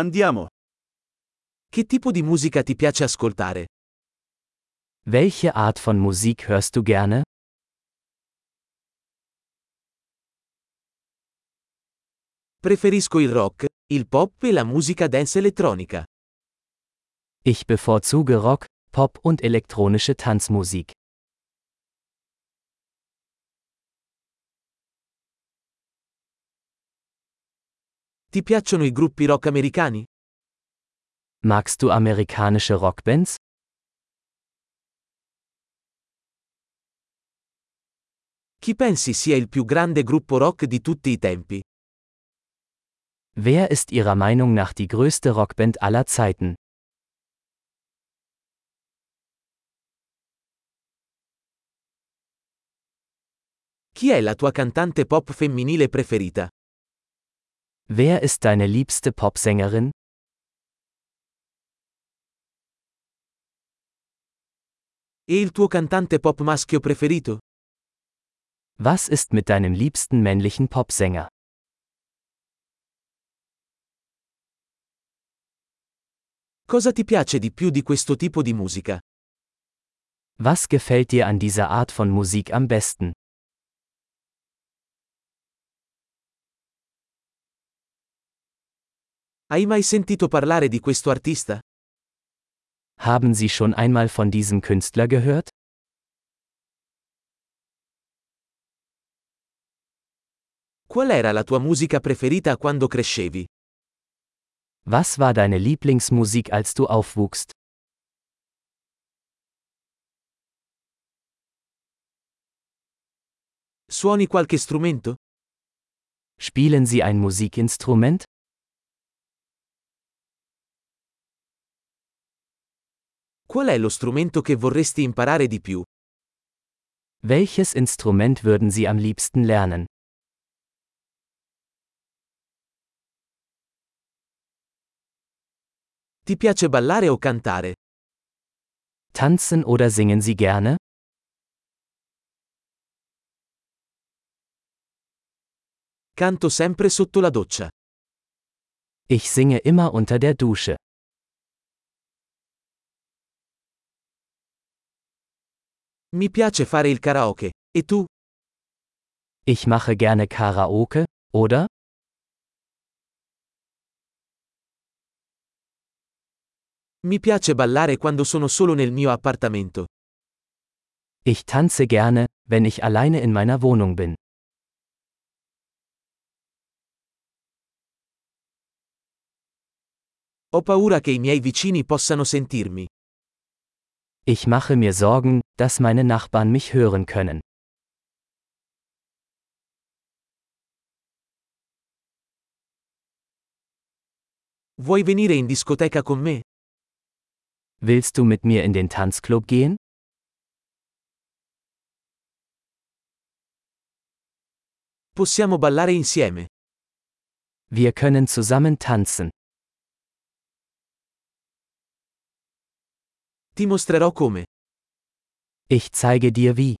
Andiamo. Che tipo di musica ti piace ascoltare? Welche Art von Musik hörst du gerne? Preferisco il rock, il pop e la musica dance elettronica. Ich bevorzuge Rock, Pop und elektronische Tanzmusik. Ti piacciono i gruppi rock americani? Magst du amerikanische Rockbands? Chi pensi sia il più grande gruppo rock di tutti i tempi? Wer ist Ihrer Meinung nach die größte Rockband aller Zeiten? Chi è la tua cantante pop femminile preferita? Wer ist deine liebste Popsängerin? E il tuo cantante pop maschio preferito? Was ist mit deinem liebsten männlichen Popsänger? Cosa ti piace di più di questo tipo di musica? Was gefällt dir an dieser Art von Musik am besten? Hai mai sentito parlare di questo artista? Haben Sie schon einmal von diesem Künstler gehört? Qual era la tua musica preferita quando crescevi? Was war deine Lieblingsmusik, als du aufwuchst? Suoni qualche strumento? Spielen Sie ein Musikinstrument? Qual è lo strumento che vorresti imparare di più? Welches Instrument würden Sie am liebsten lernen? Ti piace ballare o cantare? Tanzen oder singen Sie gerne? Canto sempre sotto la doccia. Ich singe immer unter der Dusche. Mi piace fare il karaoke. E tu? Ich mache gerne Karaoke, oder? Mi piace ballare quando sono solo nel mio appartamento. Ich tanze gerne, wenn ich alleine in meiner Wohnung bin. Ho paura che i miei vicini possano sentirmi. Ich mache mir Sorgen, dass meine Nachbarn mich hören können. Vuoi venire in discoteca con me? Willst du mit mir in den Tanzclub gehen? Possiamo ballare insieme. Wir können zusammen tanzen. Ti mostrerò come. Ich zeige dir wie.